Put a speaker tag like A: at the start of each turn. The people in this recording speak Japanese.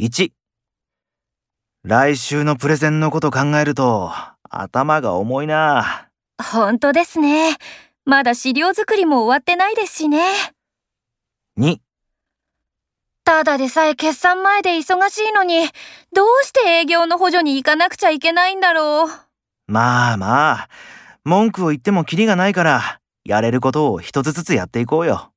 A: 1来週のプレゼンのこと考えると頭が重いな
B: 本当ですね。まだ資料作りも終わってないですしね。
A: 2
B: ただでさえ決算前で忙しいのに、どうして営業の補助に行かなくちゃいけないんだろう。
A: まあまあ文句を言ってもキリがないからやれることを一つずつやっていこうよ